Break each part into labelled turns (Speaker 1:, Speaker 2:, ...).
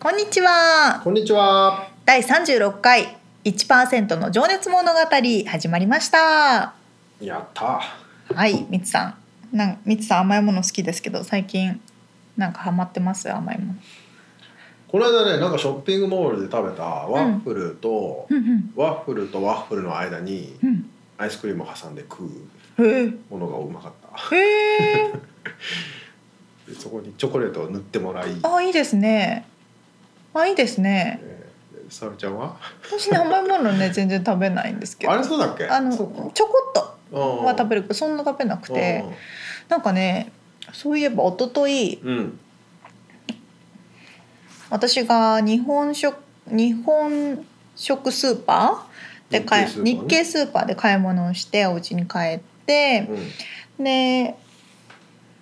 Speaker 1: こんにちは
Speaker 2: こんにちは。
Speaker 1: 第36回1%の情熱物語始まりました
Speaker 2: やった。
Speaker 1: はいみつさんなんみつさん甘いもの好きですけど最近なんかハマってます甘いもの
Speaker 2: この間ね、なんかショッピングモールで食べたワッフルと、
Speaker 1: うん
Speaker 2: ワッフルとワッフルの間に
Speaker 1: うん
Speaker 2: アイスクリームを挟んで食う
Speaker 1: へ
Speaker 2: ものがうまかった。
Speaker 1: えへえ
Speaker 2: でそこにチョコレートを塗ってもらい、
Speaker 1: あいいですねあいいですね
Speaker 2: えーサルちゃんは？
Speaker 1: 私ね甘いものね全然食べないんですけど
Speaker 2: あれそうだっけ？
Speaker 1: あのち
Speaker 2: そう
Speaker 1: ょ
Speaker 2: か
Speaker 1: こっと
Speaker 2: うん
Speaker 1: は食べるけどそんな食べなくてなんかねそういえば一昨日
Speaker 2: うんうん
Speaker 1: 私が日本食日本食スーパーで買い
Speaker 2: 日
Speaker 1: 日
Speaker 2: 系
Speaker 1: 系スーパーで買い物をしてお家に帰って
Speaker 2: うん
Speaker 1: で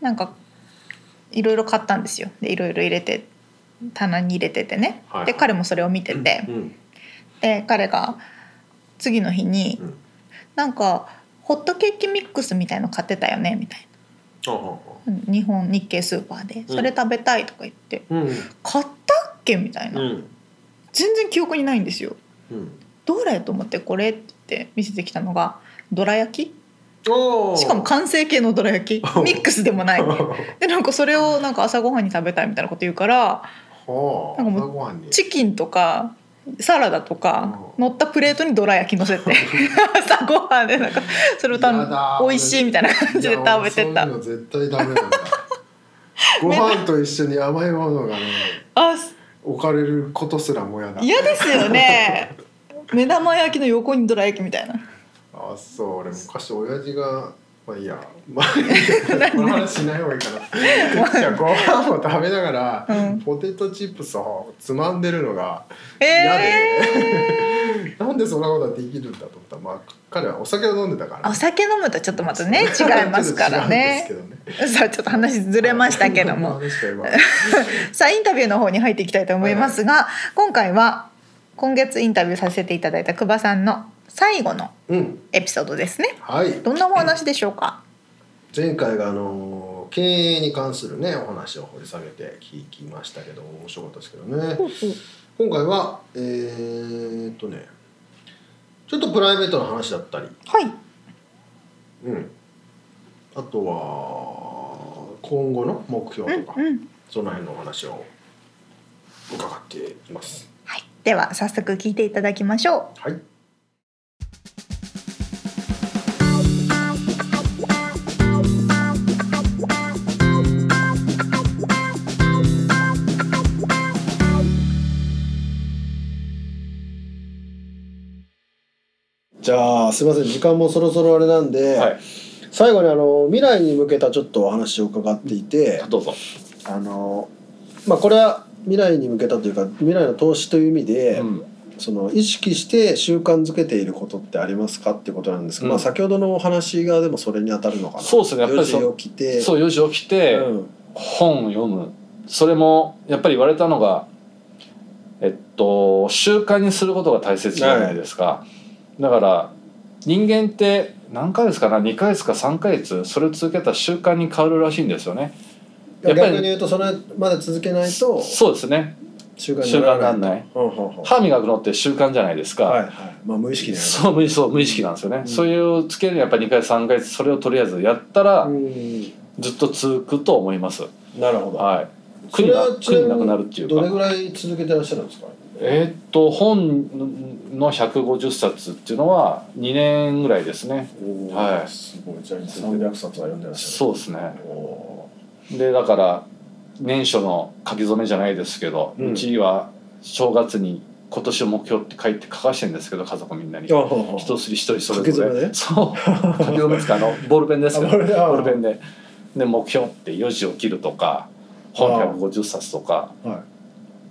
Speaker 1: なんかいろいろ買ったんですよでいろいろ入れて棚に入れててね
Speaker 2: はい
Speaker 1: で彼もそれを見てて
Speaker 2: うん
Speaker 1: で彼が次の日に
Speaker 2: うん。
Speaker 1: なんかホットケーキミックスみたいの買ってたよねみたいな。
Speaker 2: あはは
Speaker 1: うん日本日系スーパーで
Speaker 2: うん
Speaker 1: それ食べたいとか言って、
Speaker 2: うん
Speaker 1: 買ったっけみたいな、
Speaker 2: うん
Speaker 1: 全然記憶にないんですよ
Speaker 2: うん。
Speaker 1: どれと思ってこれって言って見せてきたのがどら焼
Speaker 2: お
Speaker 1: き
Speaker 2: ー
Speaker 1: しかも完成形のどら焼き
Speaker 2: おう
Speaker 1: ミックスでもないでなんかそれをなんか朝ごはんに食べたいみたいなこと言うから
Speaker 2: はあ。
Speaker 1: なんかもう
Speaker 2: 朝ご飯に。
Speaker 1: チキンとかサラダとか
Speaker 2: うん
Speaker 1: 乗ったプレートにどら焼き乗せ て朝ごはんでなんかそれを頼ん
Speaker 2: やだー
Speaker 1: 美味しいみたいな感じで食べて
Speaker 2: い
Speaker 1: た
Speaker 2: や俺そういうの絶対ダ メなんだご飯と一緒に甘いものがね
Speaker 1: あ
Speaker 2: 置かれることすらもやだ
Speaker 1: 嫌ですよね目玉焼きの横にどら焼きみたいな
Speaker 2: あそう俺昔親父がまあいい や、まあ、いいやこの話しない方がいいかなじゃあご飯を食べながら、
Speaker 1: うん
Speaker 2: ポテトチップスをつまんでるのが嫌で、
Speaker 1: えー
Speaker 2: なんでそんなことができるんだと思ったらまあ彼はお酒を飲んでたか ら
Speaker 1: お酒飲むとちょっとまたね違いますからね
Speaker 2: ちょっと違うんですけどね
Speaker 1: さあちょっと話ずれましたけ ども
Speaker 2: 話した今
Speaker 1: さあインタビューの方に入っていきたいと思いますが今回は今月インタビューさせていただいた久保さんの最後の
Speaker 2: うん
Speaker 1: エピソードですね
Speaker 2: はい
Speaker 1: どんなお話でしょうか
Speaker 2: 前回があの経営に関するねお話を掘り下げて聞きましたけど面白かったですけどね今回はえー、っとねちょっとプライベートの話だったり、
Speaker 1: はい
Speaker 2: うん、あとは今後の目標とか、
Speaker 1: うんうん
Speaker 2: その辺のお話を伺っています。
Speaker 1: はいでは早速聞いていただきましょ
Speaker 2: はいじゃあすいません時間もそろそろあれなんで、
Speaker 3: はい、
Speaker 2: 最後にあの未来に向けたちょっとお話を伺っていて
Speaker 3: どうぞ。
Speaker 2: あの、まあ、これは未来に向けたというか未来の投資という意味で、その意識して習慣づけていることってありますかってことなんですけど、
Speaker 3: うん
Speaker 2: まあ先ほどのお話がでもそれに当たるのかな。
Speaker 3: そうですねやっぱりそ
Speaker 2: 4時起きて、
Speaker 3: そう4時起きて、
Speaker 2: うん
Speaker 3: 本を読むそれもやっぱり言われたのが、えっと、習慣にすることが大切じゃないですか、だから人間って何ヶ月かな2ヶ月か3ヶ月それを続けたら習慣に変わるらしいんですよねやっぱり
Speaker 2: 逆に言うとそれまで続けないと
Speaker 3: そうですね
Speaker 2: 習慣
Speaker 3: 習
Speaker 2: にな
Speaker 3: 慣にな
Speaker 2: ら
Speaker 3: ん
Speaker 2: ない。
Speaker 3: ない
Speaker 2: うんうんうんは
Speaker 3: 歯磨くのって習慣じゃないですか、
Speaker 2: いはい。まあ無意識だよね。
Speaker 3: そう無意そう無意識なんですよね、
Speaker 2: ん
Speaker 3: それをつけるにはやっぱり2ヶ月3ヶ月それをとりあえずやったら、
Speaker 2: うん
Speaker 3: ずっと続くと思います
Speaker 2: なるほど。
Speaker 3: はい
Speaker 2: そ
Speaker 3: 国
Speaker 2: れ
Speaker 3: が
Speaker 2: はちな
Speaker 3: 国な
Speaker 2: み
Speaker 3: くな
Speaker 2: に
Speaker 3: るっていうか
Speaker 2: どれぐらい続けてらっしゃるんですか。え
Speaker 3: えーっと本の150冊っていうのは2年ぐらいですね
Speaker 2: おー
Speaker 3: はい
Speaker 2: すごいじゃあ300冊は読んでらっしゃる
Speaker 3: そうですね
Speaker 2: うお
Speaker 3: でだから年初の書き初めじゃないですけど、
Speaker 2: う
Speaker 3: うんちは正月に今年を目標って書いて書かしてるんですけど家族みんなに
Speaker 2: ーあ
Speaker 3: 一すり一人それ
Speaker 2: 書き
Speaker 3: ぞ
Speaker 2: 初め
Speaker 3: れ
Speaker 2: ね
Speaker 3: そう書き初めですかあのボールペンですけど
Speaker 2: あボールペンあー
Speaker 3: ボールペンでで目標って4時起きるとか本
Speaker 2: あー
Speaker 3: 150冊とか
Speaker 2: は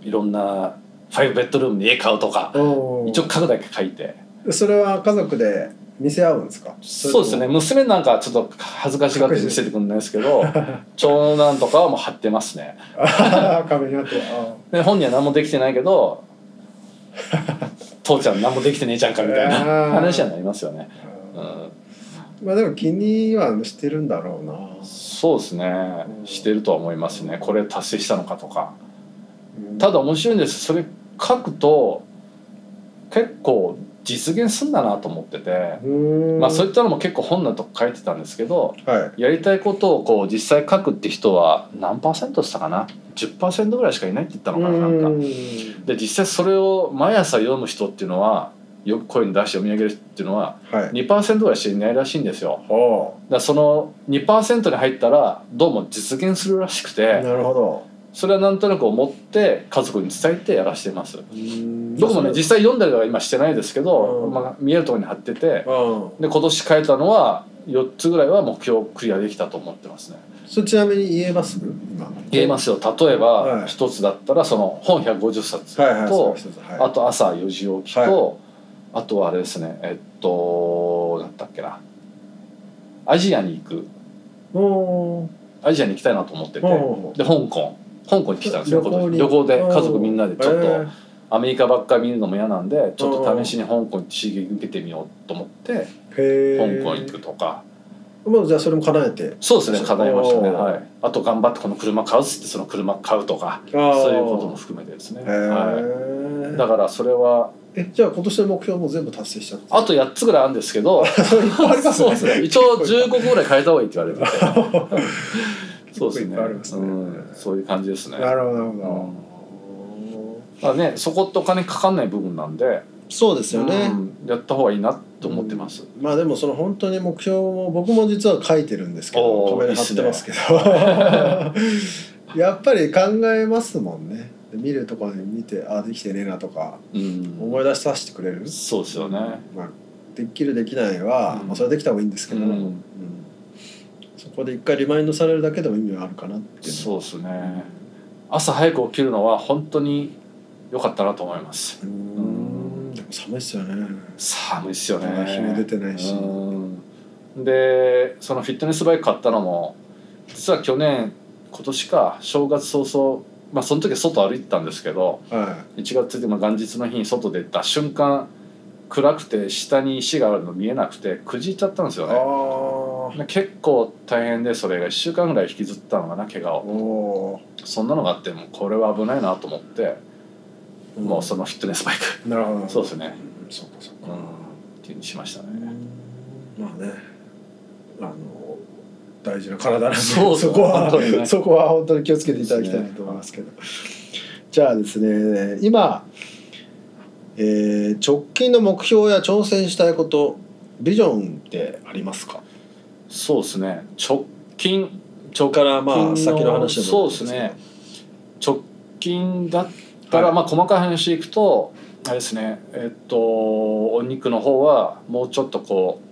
Speaker 2: い
Speaker 3: ろんな5ベッドルームに家買うとか
Speaker 2: いおー
Speaker 3: 一応書くだけ書いて
Speaker 2: それは家族で見せ合うんですか
Speaker 3: そうですね娘なんかはちょっと恥ずかしがって見せてくんないですけ ど長男とかはもう貼ってますね
Speaker 2: あー 壁にあってあ
Speaker 3: で本人は何もできてないけ ど父ちゃん何もできてねえじゃんかみたい
Speaker 2: あー
Speaker 3: な話になりますよね、
Speaker 2: ー
Speaker 3: うん、
Speaker 2: まあでも気にはしてるんだろうな
Speaker 3: そうですねしてるとは思いますねこれ達成したのかとかただ面白いんですそれ書くと結構実現すんだなと思ってて、ま
Speaker 2: ま
Speaker 3: あ、そういったのも結構本のとこ書いてたんですけど
Speaker 2: はい
Speaker 3: やりたいことをこう実際書くって人は何パーセントしたかな10%ぐらいしかいないって言ったのかななんか
Speaker 2: ん
Speaker 3: で実際それを毎朝読む人っていうのはよく声に出して読み上げるっていうのは
Speaker 2: はい
Speaker 3: 2%ぐらいしかいないらしいんですよ
Speaker 2: は
Speaker 3: だからその2%に入ったらどうも実現するらしく
Speaker 2: あ
Speaker 3: て
Speaker 2: なるほど
Speaker 3: それはなんとなく思って家族に伝えてやらしてます僕
Speaker 2: 僕
Speaker 3: もね実際読んだりは今してないですけど、
Speaker 2: うん
Speaker 3: まあ、見えるところに貼ってて
Speaker 2: うん
Speaker 3: で今年書いたのは4つぐらいは目標クリアできたと思ってますね
Speaker 2: それちなみに言えます今
Speaker 3: 言えますすよ例え
Speaker 2: は
Speaker 3: ば
Speaker 2: い
Speaker 3: 一つだったらその本150冊と、
Speaker 2: はいはいそうですはい
Speaker 3: あと朝4時起きと、あとはあれですねえっとなんだっけなアジアに行く
Speaker 2: おー
Speaker 3: アジアに行きたいなと思ってて
Speaker 2: おー
Speaker 3: で香港香港に来たんですよ今年
Speaker 2: に
Speaker 3: 旅行で家族みんなでちょっ
Speaker 2: え
Speaker 3: と
Speaker 2: ー
Speaker 3: アメリカばっかり見るのも嫌なんでちょっと試しに香港に刺激受けてみようと思って
Speaker 2: へ
Speaker 3: 香
Speaker 2: ー
Speaker 3: 港行くとか
Speaker 2: もうじゃあそれも叶えて
Speaker 3: そうですね叶えましたね
Speaker 2: おー
Speaker 3: はいあと頑張ってこの車買うっつってその車買うとか
Speaker 2: そ
Speaker 3: そういうことも含めてですね
Speaker 2: へ
Speaker 3: は
Speaker 2: ー
Speaker 3: いだからそれは
Speaker 2: えじゃあ今年の目標も全部達成したんですか
Speaker 3: あと8つぐらいあるんですけど
Speaker 2: いっぱいありますね
Speaker 3: そうですね一応15個ぐらい変えた方がいいって言われて
Speaker 2: 結構い
Speaker 3: てそうです
Speaker 2: っ
Speaker 3: ね
Speaker 2: ぱいありますね
Speaker 3: うんそういう感じですね
Speaker 2: なるほどなるほど、
Speaker 3: まあねそこってお金かかんない部分なんで
Speaker 2: そうですよね、
Speaker 3: うんやった方がいいなと思ってます
Speaker 2: まあでもその本当に目標も僕も実は書いてるんですけど
Speaker 3: おー
Speaker 2: 壁に貼ってますけど やっぱり考えますもんね見るところに見てあできてねえなとか
Speaker 3: うん
Speaker 2: 思い出させてくれる、
Speaker 3: そうですよね
Speaker 2: まあ、できるできないは、
Speaker 3: うん
Speaker 2: まあ、それはできた方がいいんですけど、
Speaker 3: うん
Speaker 2: うんそこで一回リマインドされるだけでも意味はあるかなっていう
Speaker 3: そうですね朝早く起きるのは本当に良かったなと思います
Speaker 2: うーんでも寒いっすよね
Speaker 3: 寒いっすよ
Speaker 2: まだ
Speaker 3: ね
Speaker 2: 日も出てないし
Speaker 3: うんでそのフィットネスバイク買ったのも実は去年今年か正月早々まあその時は外歩いてたんですけど
Speaker 2: は
Speaker 3: 1月でも元日の日に外出た瞬間暗くて下に石があるの見えなくてくじいちゃったんです
Speaker 2: い
Speaker 3: よね
Speaker 2: あ
Speaker 3: で結構大変でそれが1週間ぐらい引きずったのかな怪我を
Speaker 2: お
Speaker 3: そんなのがあってもうこれは危ないなと思って、
Speaker 2: お
Speaker 3: もうそのフィットネスバイク、
Speaker 2: なるほど
Speaker 3: そうですね、
Speaker 2: んそうかそう
Speaker 3: う
Speaker 2: か、
Speaker 3: ん、っていうにしましたね、
Speaker 2: まあねあの大事な体なんで
Speaker 3: そうそう
Speaker 2: こは
Speaker 3: 本当にね
Speaker 2: そこは本当に気をつけていただきたいなと思いますけどじゃあですね今、えー直近の目標や挑戦したいことビジョンってありますか
Speaker 3: そうですね直近
Speaker 2: そ
Speaker 3: 直
Speaker 2: こからまあ
Speaker 3: 近
Speaker 2: 先の話でも
Speaker 3: そうですね直近だったら、
Speaker 2: はい
Speaker 3: まあ細かい話いくとあれですねえっとお肉の方はもうちょっとこう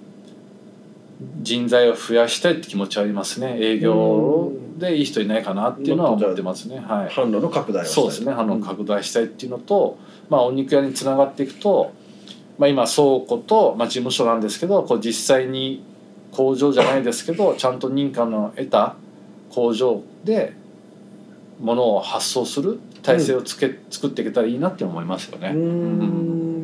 Speaker 3: 人材を増やしたいって気持ちはありますね営業でいい人いないかなっていうのは思ってますねはい
Speaker 2: 販路の拡大をしたい
Speaker 3: そうですねあの拡大したいっていうのと、まあ、お肉屋につながっていくと、まあ、今倉庫と、まあ、事務所なんですけどこう実際に工場じゃないですけどちゃんと認可の得た工場で物を発送する体制をつけ、作っていけたらいいなって思いますよ ね。
Speaker 2: うー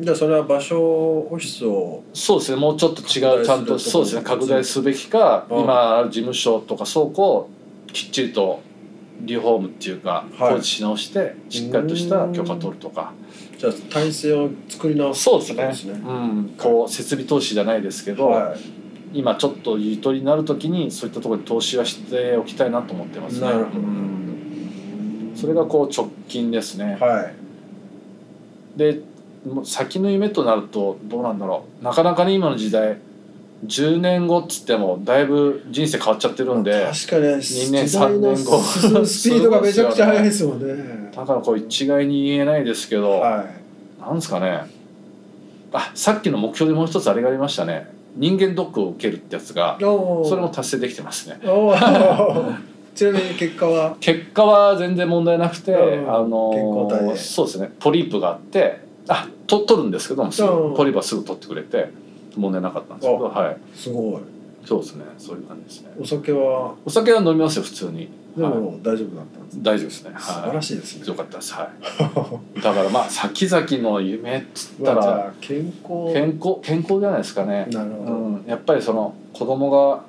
Speaker 2: んじゃあそれは場所オフィスを
Speaker 3: そうですねもうちょっと違うちゃん
Speaker 2: 拡大するとこ
Speaker 3: と
Speaker 2: ろ
Speaker 3: そうですね拡大すべきか
Speaker 2: うん
Speaker 3: 今ある事務所とか倉庫をきっちりとリフォームっていうか
Speaker 2: はい
Speaker 3: 工事し直してしっかりとした許可取るとか
Speaker 2: じゃあ体制を作り直す
Speaker 3: そうです
Speaker 2: ってこ
Speaker 3: ね
Speaker 2: と
Speaker 3: うん、こう設備投資じゃないですけど、
Speaker 2: は
Speaker 3: 今ちょっとゆとりになる時にそういったところに投資はしておきたいなと思ってますね
Speaker 2: なるほど
Speaker 3: うんそれがこう直近ですね、
Speaker 2: い、はい
Speaker 3: でもう先の夢となるとどうなんだろうなかなかね今の時代10年後っつってもだいぶ人生変わっちゃってるんで
Speaker 2: 確かに
Speaker 3: 二
Speaker 2: 時代
Speaker 3: 年
Speaker 2: の
Speaker 3: 三年後
Speaker 2: 進むスピードがめちゃくちゃ速いですもんね。
Speaker 3: だからこれ一概に言えないですけど、
Speaker 2: はい。
Speaker 3: なんですかねあさっきの目標でもう一つあれがありましたね人間ドックを受けるってやつが
Speaker 2: おー
Speaker 3: それも達成できてますね
Speaker 2: おーちなみに結果は
Speaker 3: 結果は全然問題なくて、
Speaker 2: うん
Speaker 3: あの
Speaker 2: 健康体で
Speaker 3: そうですねポリープがあってあと取るんですけどもすぐ
Speaker 2: うん
Speaker 3: ポリープはすぐ取ってくれて問題なかったんですけどはい
Speaker 2: すごい。
Speaker 3: そうですねそういう感じですね
Speaker 2: お酒は
Speaker 3: お酒は飲みますよ普通に
Speaker 2: でも大丈夫だったんですね。
Speaker 3: 大丈夫ですね
Speaker 2: 素晴ら
Speaker 3: は
Speaker 2: しいですね
Speaker 3: い。よかったですはいだからまあ先々の夢っつった
Speaker 2: まあじ
Speaker 3: ら
Speaker 2: ゃあ健康
Speaker 3: 健康健康じゃないですかね
Speaker 2: なるほど、
Speaker 3: うん、やっぱりその子供が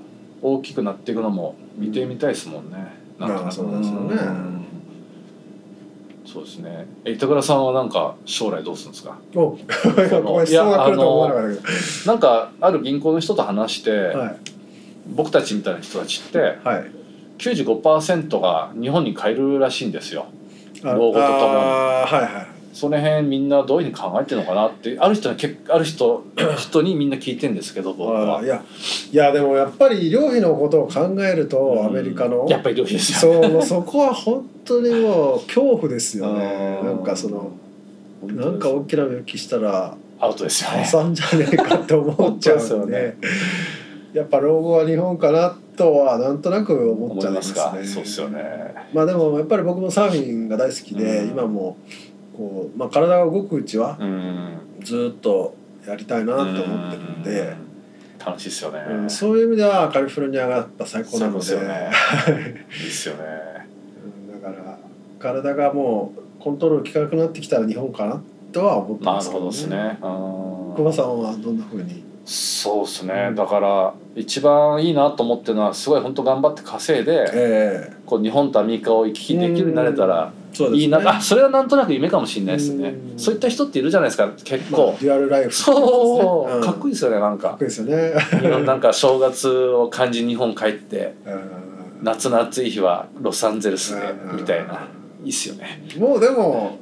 Speaker 3: 大きくなっていくのも見てみたいですもんね、
Speaker 2: うん
Speaker 3: なんとなく
Speaker 2: そうですよね
Speaker 3: んそうですねえ板倉さんはなんか将来どうするんですか
Speaker 2: おここに質問が来るとは思わなかったけ
Speaker 3: なんかある銀行の人と話して、
Speaker 2: どはい
Speaker 3: 僕たちみたいな人たちって
Speaker 2: はい
Speaker 3: 95%が日本に帰るらしいんですよ
Speaker 2: あ
Speaker 3: 老後とともに
Speaker 2: あーはいはい
Speaker 3: その辺みんなどういうふうに考えてるのかなってある人に結ある人 人にみんな聞いてんですけど僕
Speaker 2: あ
Speaker 3: は
Speaker 2: ーいやいやでもやっぱり医療費のことを考えるとアメリカの、
Speaker 3: やっぱり良いですよね
Speaker 2: そうそこは本当にもう恐怖ですよね
Speaker 3: うん
Speaker 2: なんかその
Speaker 3: 本当です
Speaker 2: なんか大きな病気したら
Speaker 3: アウトですよね
Speaker 2: 破産じゃねえかって思っちゃう
Speaker 3: 本
Speaker 2: ん
Speaker 3: 当
Speaker 2: で
Speaker 3: で
Speaker 2: やっぱ老後は日本かなとはなんとなく思っ
Speaker 3: 思
Speaker 2: ちゃ
Speaker 3: い
Speaker 2: いま
Speaker 3: ますす
Speaker 2: ね
Speaker 3: かそうですよね
Speaker 2: まあでもやっぱり僕もサーフィンが大好きで、
Speaker 3: うん
Speaker 2: 今もこう、まあ、体が動くうちは
Speaker 3: うん
Speaker 2: ずっとやりたいなと思ってるんで、
Speaker 3: 楽しいですよね、
Speaker 2: うんそういう意味ではカリフォルニアがやっぱ最高なので
Speaker 3: 最高 でいいですよね
Speaker 2: うんだから体がもうコントロール効かなくなってきたら日本かなとは思って
Speaker 3: な
Speaker 2: ま
Speaker 3: る
Speaker 2: すけ
Speaker 3: ほ
Speaker 2: ど、
Speaker 3: どですねうん
Speaker 2: 久保さんはどんなふうに
Speaker 3: そうです
Speaker 2: う
Speaker 3: ね
Speaker 2: ん
Speaker 3: だから一番いいなと思ってるのはすごい本当頑張って稼いで
Speaker 2: ええ
Speaker 3: こう日本とアメリカを行き来できるようになれたら
Speaker 2: そうですね
Speaker 3: いいな、あそれはなんとなく夢かもしれないですね
Speaker 2: うん
Speaker 3: そういった人っているじゃないですか結
Speaker 2: まあ
Speaker 3: 構、
Speaker 2: デュアルライフ
Speaker 3: そう、
Speaker 2: うん
Speaker 3: かっこいいですよねなん
Speaker 2: かっ
Speaker 3: か
Speaker 2: こいいですよ ね
Speaker 3: 日本なんか正月を感じ日本帰って
Speaker 2: うん
Speaker 3: 夏の暑い日はロサンゼルスで
Speaker 2: うん
Speaker 3: みたいないいっすよね
Speaker 2: もうでも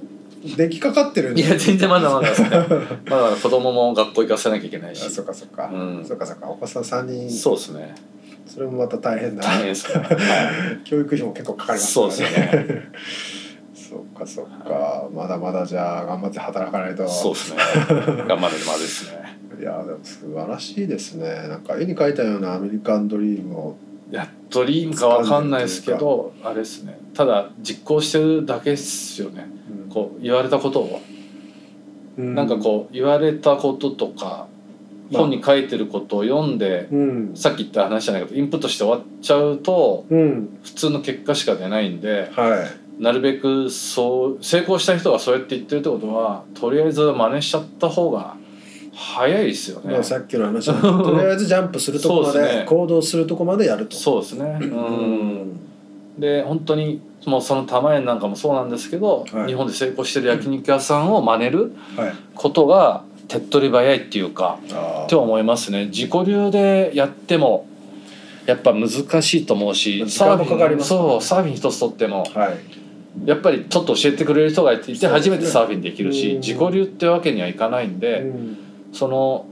Speaker 2: 出来かかってるん
Speaker 3: い
Speaker 2: で
Speaker 3: や全然まだまだ ですねまだまだ子供も学校行かせなきゃいけない
Speaker 2: あ
Speaker 3: し
Speaker 2: そっかそっか、
Speaker 3: うん
Speaker 2: そっかそっかお子さん三人そ
Speaker 3: そうですね
Speaker 2: れもまた大変だ
Speaker 3: 大変ですね はい
Speaker 2: 教育費も結構かかります
Speaker 3: そうですよね
Speaker 2: そっかそっか、まだまだじゃあ頑張って働かないと
Speaker 3: そうですね頑張れるまでですね
Speaker 2: いやでも素晴らしいですねなんか絵に描いたようなアメリカンドリームを
Speaker 3: いやドリームかわかんないですけどあれですねただ実行してるだけですよねこう言われたことを、
Speaker 2: うん
Speaker 3: なんかこう言われたこととか本に書いてることを読んで、
Speaker 2: うん
Speaker 3: さっき言った話じゃないけどインプットして終わっちゃうと
Speaker 2: うん
Speaker 3: 普通の結果しか出ないんで
Speaker 2: は
Speaker 3: なるべくそう成功した人がそうやって言ってるってことはとりあえず真似しちゃった方が早いですよ
Speaker 2: い、
Speaker 3: ね
Speaker 2: まあ、。さっきの話だととりあえずジャンプするとこま
Speaker 3: そうで
Speaker 2: です
Speaker 3: ね
Speaker 2: 行動するとこまでやると
Speaker 3: そうですね、う、
Speaker 2: うん
Speaker 3: で本当にもうその玉園なんかもそうなんですけど、
Speaker 2: はい
Speaker 3: 日本で成功してる焼肉屋さんを真似る
Speaker 2: はい
Speaker 3: ことが手っ取り早いっていうか
Speaker 2: あ
Speaker 3: って思いますね自己流でやってもやっぱ難しいと思うし
Speaker 2: 時間もかかります
Speaker 3: サーフィンそうサーフィン一つとっても
Speaker 2: ーはい
Speaker 3: やっぱりちょっと教えてくれる人がいていて
Speaker 2: そうです
Speaker 3: 初
Speaker 2: ね
Speaker 3: めてサーフィンできるし、
Speaker 2: うん
Speaker 3: 自己流ってわけにはいかないんで、
Speaker 2: うん
Speaker 3: その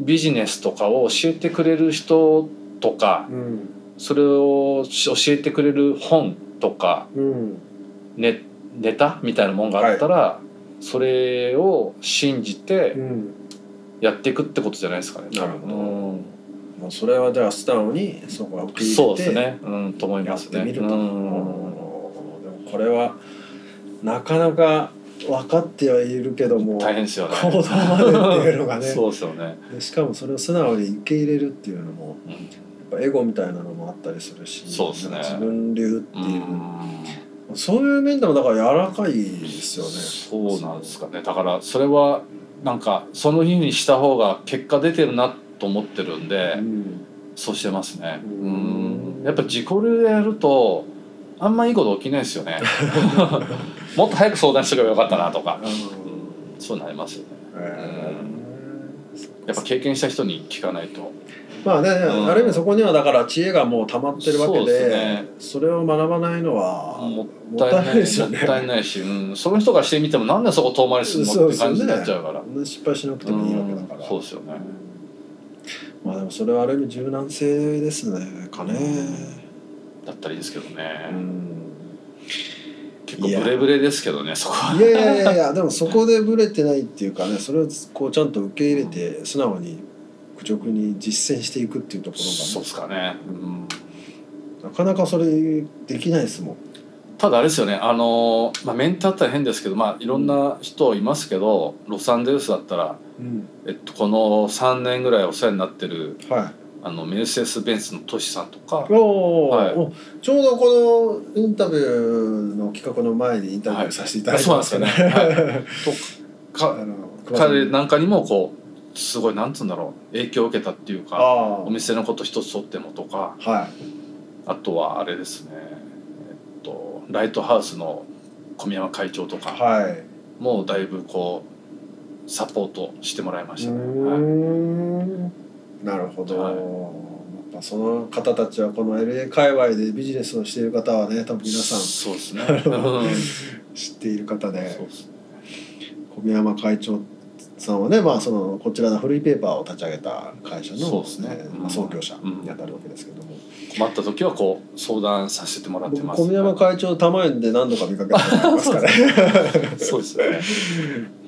Speaker 3: ビジネスとかを教えてくれる人とか
Speaker 2: うん
Speaker 3: それを教えてくれる本とか
Speaker 2: うん
Speaker 3: ネネタみたいなもんがあったら、それを信じ
Speaker 2: う
Speaker 3: て
Speaker 2: ん
Speaker 3: やっていくってことじゃないですかね。
Speaker 2: なるほど
Speaker 3: うん
Speaker 2: まあ、それはじゃあスターにそこは受け入れて
Speaker 3: そうですね。うん、と思い
Speaker 2: や
Speaker 3: ま
Speaker 2: っ
Speaker 3: す
Speaker 2: て
Speaker 3: ね。
Speaker 2: みると、
Speaker 3: うん
Speaker 2: でもこれはなかなか分かってはいるけども
Speaker 3: 大変ですよね。
Speaker 2: 行動までっていうのがね
Speaker 3: そうですよね。
Speaker 2: でしかもそれを素直に受け入れるっていうのも
Speaker 3: うん
Speaker 2: やっぱエゴみたいなのもあったりするし
Speaker 3: そうですね
Speaker 2: なんか自分流って
Speaker 3: う
Speaker 2: いうんそういう面でもだから柔らかいですよね
Speaker 3: そうなんですかね。だからそれはなんかその日にした方が結果出てるなと思ってるんで、
Speaker 2: うん
Speaker 3: そうしてますね。
Speaker 2: う
Speaker 3: うんん。やっぱ自己流でやるとあんまいいこと起きないですよね。 もっと早く相談しておけばよかったなとか
Speaker 2: あ、の
Speaker 3: うんそうなりますよね。
Speaker 2: えー
Speaker 3: やっぱ経験した人に聞かないと
Speaker 2: まあね、
Speaker 3: ん
Speaker 2: ある意味そこにはだから知恵がもう溜まってるわけ
Speaker 3: そうで
Speaker 2: ですそ
Speaker 3: ね
Speaker 2: れを学ばないのは
Speaker 3: も
Speaker 2: も
Speaker 3: っ
Speaker 2: った
Speaker 3: たい
Speaker 2: いな
Speaker 3: な
Speaker 2: いいですよ
Speaker 3: も
Speaker 2: ね
Speaker 3: ったいないし、うん、その人がしてみてもなんでそこ遠回りする
Speaker 2: そ
Speaker 3: の
Speaker 2: うで
Speaker 3: って
Speaker 2: すよ
Speaker 3: 感
Speaker 2: ね
Speaker 3: じになっちゃうから。
Speaker 2: 失敗しなくて
Speaker 3: う
Speaker 2: もいいわけだか
Speaker 3: ん
Speaker 2: ら、
Speaker 3: そうですよね。
Speaker 2: まあでもそれはある意味柔軟性ですねかね、
Speaker 3: だったらいいですけど
Speaker 2: う
Speaker 3: ね。
Speaker 2: ん
Speaker 3: 結構ブレブレですけどね、そこは。
Speaker 2: いやいやいやいやでもそこでブレてないっていうかねそれをこうちゃんと受け入れて素直に愚直に実践していくっていうところがね、
Speaker 3: そうですかね。うん
Speaker 2: なかなかそれできないですもん。
Speaker 3: ただあれですよね、あのーまあ、メンターったら変ですけど、まあ、いろんな人いますけど、ロサンゼルスだったら、えっと、この3年ぐらいお世話になってる
Speaker 2: は
Speaker 3: あのメルセデス・ベンツのトシさんとか
Speaker 2: い。、おー
Speaker 3: はい
Speaker 2: お、ちょうどこのインタビューの企画の前にインタビューさせていただいてますよね。
Speaker 3: はいそうなんですよね
Speaker 2: あ
Speaker 3: か
Speaker 2: の熊さん
Speaker 3: 彼なんかにもこうすごいなんつうんだろう影響を受けたっていう
Speaker 2: あ
Speaker 3: か
Speaker 2: あ
Speaker 3: お店のこと一つとってもとか
Speaker 2: は
Speaker 3: あとはあれですね、えっと、ライトハウスの小宮山会長と
Speaker 2: い
Speaker 3: か
Speaker 2: はい。
Speaker 3: もうだいぶこうサポートしてもらいま
Speaker 2: う
Speaker 3: した
Speaker 2: ー
Speaker 3: ね。はい
Speaker 2: んなるほど。
Speaker 3: はい
Speaker 2: やっぱその方たちはこの LA 界隈でビジネスをしている方はね多分皆さん
Speaker 3: そう ですね。うん
Speaker 2: 知っている方で
Speaker 3: そうっす
Speaker 2: 小宮山会長さんはね、まあ、そのこちらの古いペーパーを立ち上げた会社
Speaker 3: そう
Speaker 2: の、
Speaker 3: ですね
Speaker 2: えーまあ、創業者
Speaker 3: うん
Speaker 2: にあたるわけですけども、
Speaker 3: 困った時はこう相談させてもらって
Speaker 2: 僕
Speaker 3: ます。
Speaker 2: 小宮山会長たまえんで何度か見かけたことありますからね
Speaker 3: そうで すね。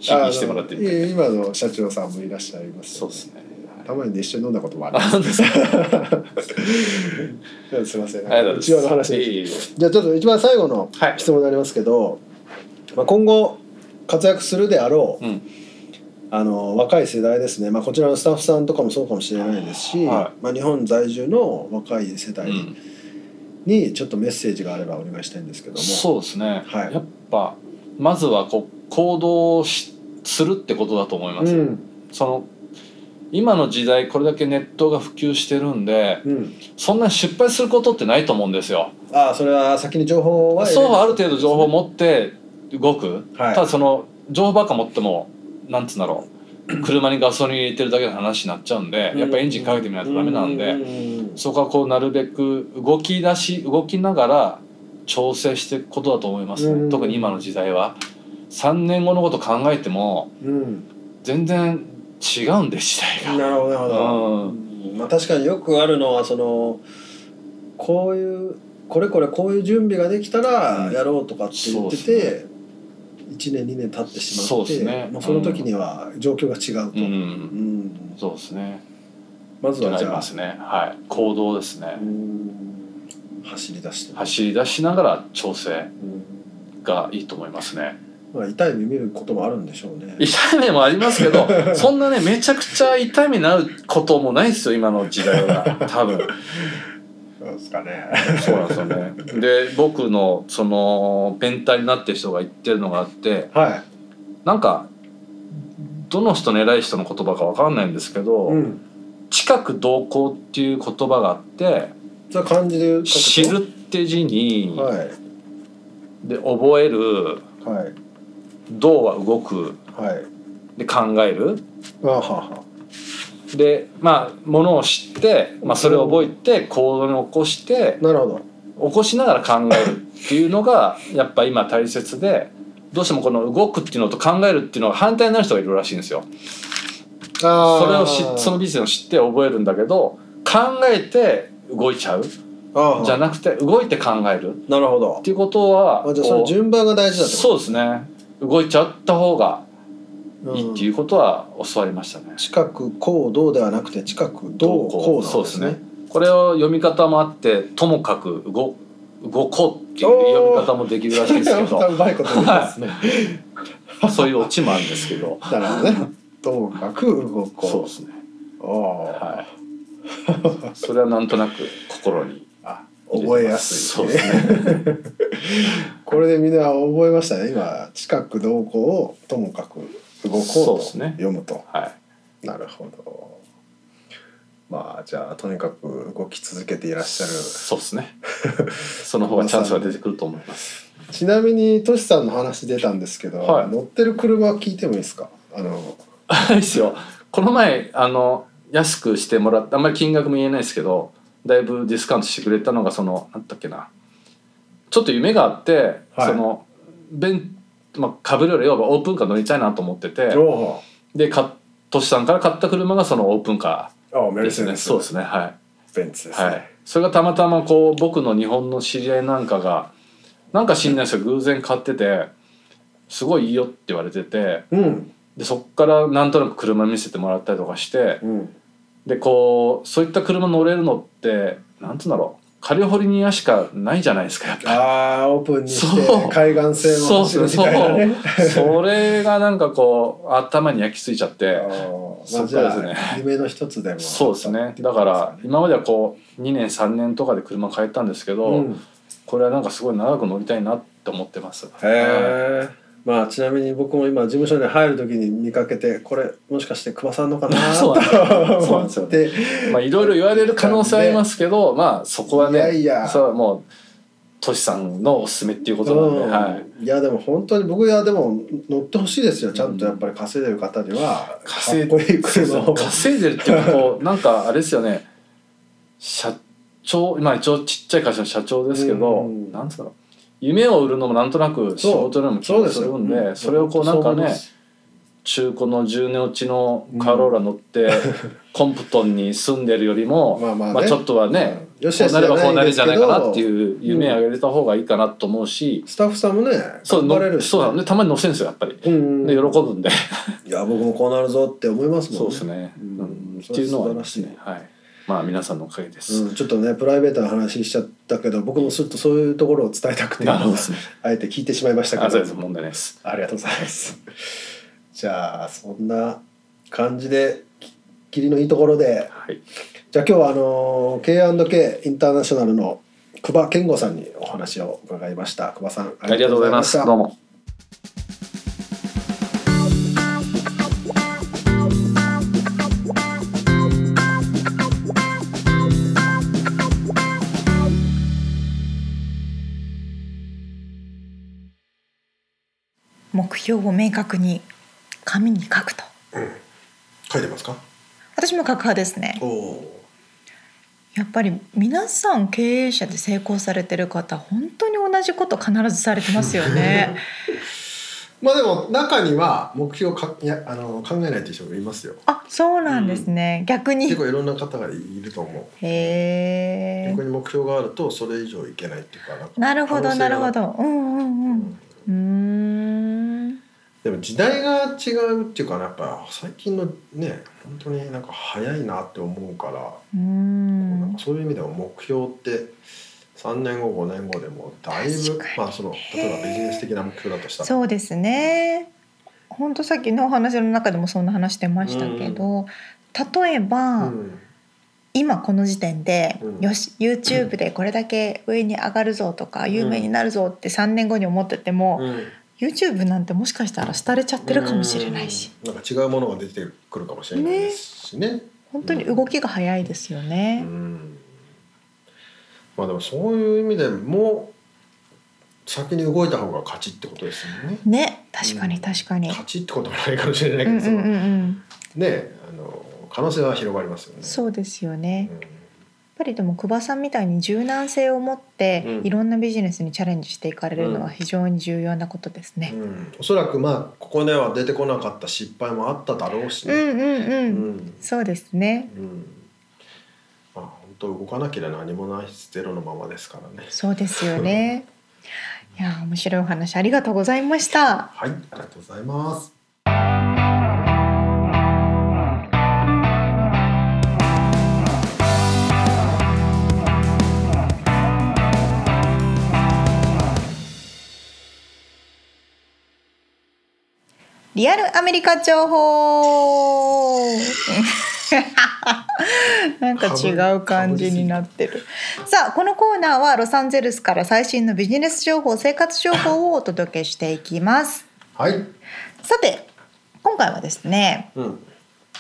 Speaker 3: 日
Speaker 2: あ
Speaker 3: 々
Speaker 2: の
Speaker 3: してもらってる。
Speaker 2: いえ今の社長さんもいらっしゃいます
Speaker 3: そ
Speaker 2: よ
Speaker 3: うですね。
Speaker 2: たまえんで一緒に飲んだこともありま
Speaker 3: あなんですか
Speaker 2: すすいません
Speaker 3: ありがとうご
Speaker 2: 内
Speaker 3: ざいます
Speaker 2: 輪の話です
Speaker 3: いえいえ
Speaker 2: じゃあちょっと一番最後の
Speaker 3: はい
Speaker 2: 質問になりますけど、まあ、今後活躍するであろう、
Speaker 3: うん
Speaker 2: あの若い世代ですね、まあ、こちらのスタッフさんとかもそうかもしれないですし、
Speaker 3: は
Speaker 2: まあ、日本在住の若い世
Speaker 3: う
Speaker 2: 代
Speaker 3: ん
Speaker 2: にちょっとメッセージがあればお願いしたいんですけども、
Speaker 3: そうですね。
Speaker 2: はい
Speaker 3: やっぱまずはこう行動をしするってことだと思います。
Speaker 2: ん
Speaker 3: その今の時代これだけネットが普及してるんで
Speaker 2: うん、
Speaker 3: そんな失敗することってないと思うんですよ。
Speaker 2: ああそれは先に情報は
Speaker 3: そうある程度情報を持って動く。
Speaker 2: はい
Speaker 3: ただその情報ばっか持ってもなんつうんだろう車にガソリン入れてるだけの話になっちゃうんでやっぱエンジンかけてみないとダメなんで
Speaker 2: で
Speaker 3: そこはこうなるべく動き出し動きながら調整していくことだと思います
Speaker 2: う
Speaker 3: ね
Speaker 2: ん
Speaker 3: 特に今の時代は3年後のこと考えても
Speaker 2: うん
Speaker 3: 全然違うんで時 代が。
Speaker 2: なるほどなるほど、
Speaker 3: うん
Speaker 2: まあ、確かによくあるのはそのこういうこれこれこういう準備ができたら
Speaker 3: うん
Speaker 2: やろうとかって言って
Speaker 3: そう
Speaker 2: て、一1年2年経ってしま
Speaker 3: そ
Speaker 2: っ
Speaker 3: うです
Speaker 2: て
Speaker 3: ね
Speaker 2: もうその時には状況が違うと、
Speaker 3: う
Speaker 2: うんん
Speaker 3: そうですね。
Speaker 2: まず
Speaker 3: じゃ
Speaker 2: は
Speaker 3: あ
Speaker 2: じ
Speaker 3: り
Speaker 2: ゃあ
Speaker 3: ま、すね。はい。行動ですね
Speaker 2: う。ん走り出して、
Speaker 3: 走り出しながら調整
Speaker 2: うん
Speaker 3: がいいと思いますね。
Speaker 2: まあ、痛い目見ることもあるんでしょうね。
Speaker 3: 痛い目もありますけ どそんなねめちゃくちゃ痛い目になることもないですよ今の時代は多分
Speaker 2: そうですかね。
Speaker 3: そうなんですよねで僕のそのペンタになってる人が言ってるのがあって
Speaker 2: はい。
Speaker 3: なんかどの人の偉い人の言葉かわかんないんですけど、
Speaker 2: うん。
Speaker 3: 近く同行っていう言葉があって
Speaker 2: じゃあ漢字で書くと
Speaker 3: 知るって字に、
Speaker 2: はい
Speaker 3: で覚える
Speaker 2: はい
Speaker 3: 動は動く
Speaker 2: はい。
Speaker 3: で考える
Speaker 2: あはは。
Speaker 3: でまあものを知って、まあ、それを覚えて行動に起こして
Speaker 2: なるほど。
Speaker 3: 起こしながら考えるっていうのがやっぱ今大切でどうしてもこの動くっていうのと考えるっていうのが反対になる人がいるらしいんですよ。
Speaker 2: あ
Speaker 3: それをしそのビジネスを知って覚えるんだけど考えて動いちゃうじ
Speaker 2: あ
Speaker 3: ゃなくて動いて考えるっ
Speaker 2: なるほど。
Speaker 3: ていうことは
Speaker 2: あじゃあその
Speaker 3: こう
Speaker 2: 順番が大事だってこ
Speaker 3: そうですね動いちゃった方が
Speaker 2: と
Speaker 3: いいって
Speaker 2: う
Speaker 3: い
Speaker 2: ん
Speaker 3: うことは教わりましたね。
Speaker 2: 近く行動ではなくて近くどうこうなん
Speaker 3: そ
Speaker 2: で
Speaker 3: うですす
Speaker 2: ね
Speaker 3: ね。これを読み方もあってともかく動動こうっていう読み方もできるらしいんですけ
Speaker 2: また
Speaker 3: ど
Speaker 2: うまいこと言いますね。
Speaker 3: そういうオチもあるんですけど
Speaker 2: なるほどね。ともかく動
Speaker 3: そう
Speaker 2: こ
Speaker 3: ですね。
Speaker 2: う。あ
Speaker 3: はい。それはなんとなく心に
Speaker 2: あ覚えやすい、
Speaker 3: そう ですね。
Speaker 2: これでみんな覚えましたね。今近くどうこうをともかく動
Speaker 3: そ
Speaker 2: こう
Speaker 3: うで
Speaker 2: と
Speaker 3: すね
Speaker 2: 読むと。
Speaker 3: はい。
Speaker 2: なるほど。まあじゃあとにかく動き続けていらっしゃる。
Speaker 3: そうですね。 その方がチャンスが出てくると思います。
Speaker 2: ちなみにとしさんの話出たんですけど、
Speaker 3: はい
Speaker 2: 乗ってる車聞いてもいいですか。あの
Speaker 3: あれですよ。この前あの安くしてもらったあんまり金額も言えないですけどだいぶディスカウントしてくれたのがそのなんだっけなちょっと夢があって、
Speaker 4: はい
Speaker 3: そのベン、まあ、カブリオレ要はオープンカー乗りたいなと思ってて
Speaker 4: お
Speaker 3: でかトシさんから買った車がそのオープンカ
Speaker 4: おあメ
Speaker 3: ーで
Speaker 4: ル
Speaker 3: す
Speaker 4: セ
Speaker 3: ね
Speaker 4: デス
Speaker 3: そうですねはい
Speaker 4: ベンツですね、
Speaker 3: はい、それがたまたまこう僕の日本の知り合いなんかがなんか知んない人が偶然買っててすごいいいよって言われてて
Speaker 4: うん
Speaker 3: でそっからなんとなく車見せてもらったりとかして
Speaker 4: うん
Speaker 3: でこうそういった車乗れるのってなんつうんだろうカリフォルニアしかないじゃないですかやっぱ
Speaker 4: ああオープンに
Speaker 3: そ
Speaker 4: して
Speaker 3: う
Speaker 4: 海岸線を走るみたいなね
Speaker 3: そう それがなんかこう頭に焼き付いちゃって
Speaker 4: あーまあじゃ
Speaker 3: そうですね
Speaker 4: あ夢の一つでも
Speaker 3: そうですねだから今まではこう2年3年とかで車変えたんですけど、
Speaker 4: うん、
Speaker 3: これはなんかすごい長く乗りたいなって思ってます。
Speaker 4: へえ。まあちなみに僕も今事務所に入る時に見かけてこれもしかして熊さんのかな
Speaker 3: そうなんです
Speaker 4: と
Speaker 3: そうなん
Speaker 4: 思
Speaker 3: ですよ
Speaker 4: って
Speaker 3: まあいろいろ言われる可能性ありますけ ど、まあそこはね、
Speaker 4: いやいや
Speaker 3: それはもうトシさんのおすすめっていうことなんで、はい。
Speaker 4: いやでも本当に僕はでも乗ってほしいですよちゃんとやっぱり稼いでる方にはか
Speaker 3: 稼
Speaker 4: っ
Speaker 3: い
Speaker 4: こいい車を
Speaker 3: 稼いでるっていうかこうなん かあれですよね、社長今一応ちっちゃい会社の社長ですけど、
Speaker 4: うん
Speaker 3: なんつうの。夢を売るのもなんとなく仕事のも気
Speaker 4: そう
Speaker 3: が
Speaker 4: です
Speaker 3: す
Speaker 4: よ
Speaker 3: るんでそ
Speaker 4: うん
Speaker 3: れをこうなんか
Speaker 4: そう思いま
Speaker 3: ね
Speaker 4: す
Speaker 3: 中古の10年落ちのカローラ乗って、 コンプトンに住んでるよりも
Speaker 4: まあまあね
Speaker 3: ちょっとはね、
Speaker 4: うんよし
Speaker 3: こ
Speaker 4: あ
Speaker 3: う
Speaker 4: し
Speaker 3: な
Speaker 4: じ
Speaker 3: れ
Speaker 4: ゃ
Speaker 3: ばこうな
Speaker 4: ない
Speaker 3: る
Speaker 4: で
Speaker 3: んじ
Speaker 4: す
Speaker 3: ゃ
Speaker 4: け
Speaker 3: な
Speaker 4: ど
Speaker 3: いかなっていう夢あげれた方がいいかなと思うし、
Speaker 4: スタッフさんもね
Speaker 3: そう
Speaker 4: 頑張れるし
Speaker 3: そうなのでたまに乗せるんですよやっぱり。
Speaker 4: うん
Speaker 3: で喜ぶんで、
Speaker 4: いや僕もこうなるぞって思いますも
Speaker 3: そうんですね、う
Speaker 4: うんん
Speaker 3: っていうのはあります
Speaker 4: そ
Speaker 3: ね
Speaker 4: れは素
Speaker 3: はいまあ皆さんのおかげです、
Speaker 4: うん、ちょっとねプライベートな話しちゃったけど僕もすっとそういうところを伝えたくて
Speaker 3: なるほど
Speaker 4: あ
Speaker 3: ですね
Speaker 4: えて聞いてしまいましたけ
Speaker 3: あ
Speaker 4: ど
Speaker 3: そうです問題ないです
Speaker 4: ありがとうございます。じゃあそんな感じでき霧のいいところで
Speaker 3: はい
Speaker 4: じゃあ今日はあの K&K インターナショナルの久保健吾さんにお話を伺いました久保さん
Speaker 3: ありがとうございます
Speaker 4: ありが
Speaker 3: ど
Speaker 4: と
Speaker 3: う
Speaker 4: う
Speaker 3: も
Speaker 1: 目標を明確に紙に書くと
Speaker 2: 書いてますか
Speaker 1: 私も書く派ですね
Speaker 2: おお
Speaker 1: やっぱり皆さん経営者で成功されてる方本当に同じこと必ずされてますよ ね
Speaker 2: まあでも中には目標かいやあの考えないっていう人もいますよ
Speaker 1: あそうなんですね、逆に
Speaker 2: 結構いろんな方がいると思う
Speaker 1: へえ
Speaker 2: 逆に目標があるとそれ以上いけないっていうかなんか
Speaker 1: なるほど
Speaker 2: 可能性が
Speaker 1: なるほどうんうんう
Speaker 2: うんん
Speaker 1: うーん
Speaker 2: でも時代が違うっていうかなやっぱ最近のね本当になんか早いなって思うから、
Speaker 1: うー
Speaker 2: なん
Speaker 1: ん
Speaker 2: かそういう意味でも目標って3年後5年後でもだいぶ
Speaker 1: 確かに
Speaker 2: まあその例えばビジネス的な目標だとしたら
Speaker 1: そうですね本当さっきのお話の中でもそんな話してましたけど、例えば、
Speaker 2: うん
Speaker 1: 今この時点で、
Speaker 2: うん
Speaker 1: よし YouTube でこれだけ上に上がるぞとか、
Speaker 2: ん
Speaker 1: 有名になるぞって3年後に思ってても、
Speaker 2: うん
Speaker 1: YouTube なんてもしかしたら廃れちゃってるかもしれないし、
Speaker 2: うんなんか違うものが出てくるかもしれないですしね
Speaker 1: 本当に動きが早いですよね
Speaker 2: う。んまあでもそういう意味でも先に動いた方が勝ちってことですよね
Speaker 1: ね確か
Speaker 2: う
Speaker 1: に
Speaker 2: ん
Speaker 1: 確かに。
Speaker 2: 勝ちってこともないかもしれないけ
Speaker 1: う
Speaker 2: ど、
Speaker 1: んうんうんうん、
Speaker 2: ねあの可能性は広がりますよね。
Speaker 1: そうですよね、
Speaker 2: うん
Speaker 1: やっぱりでも久保さんみたいに柔軟性を持って、
Speaker 2: うん
Speaker 1: いろんなビジネスにチャレンジしていかれるのは非常に重要なことですね。
Speaker 2: うんおそらくまあここでは出てこなかった失敗もあっただろうし
Speaker 1: うん、
Speaker 2: ね、
Speaker 1: うん、うん、
Speaker 2: うん
Speaker 1: そうですね。
Speaker 2: うんまあ本当動かなければ何もないしゼロのままですからね。
Speaker 1: そうですよね。いやー面白いお話ありがとうございました。
Speaker 2: はい、ありがとうございます。
Speaker 1: リアルアメリカ情報。なんか違う感じになってる。さあこのコーナーはロサンゼルスから最新のビジネス情報、生活情報をお届けしていきます。
Speaker 2: はい、
Speaker 1: さて今回はですね
Speaker 2: うん、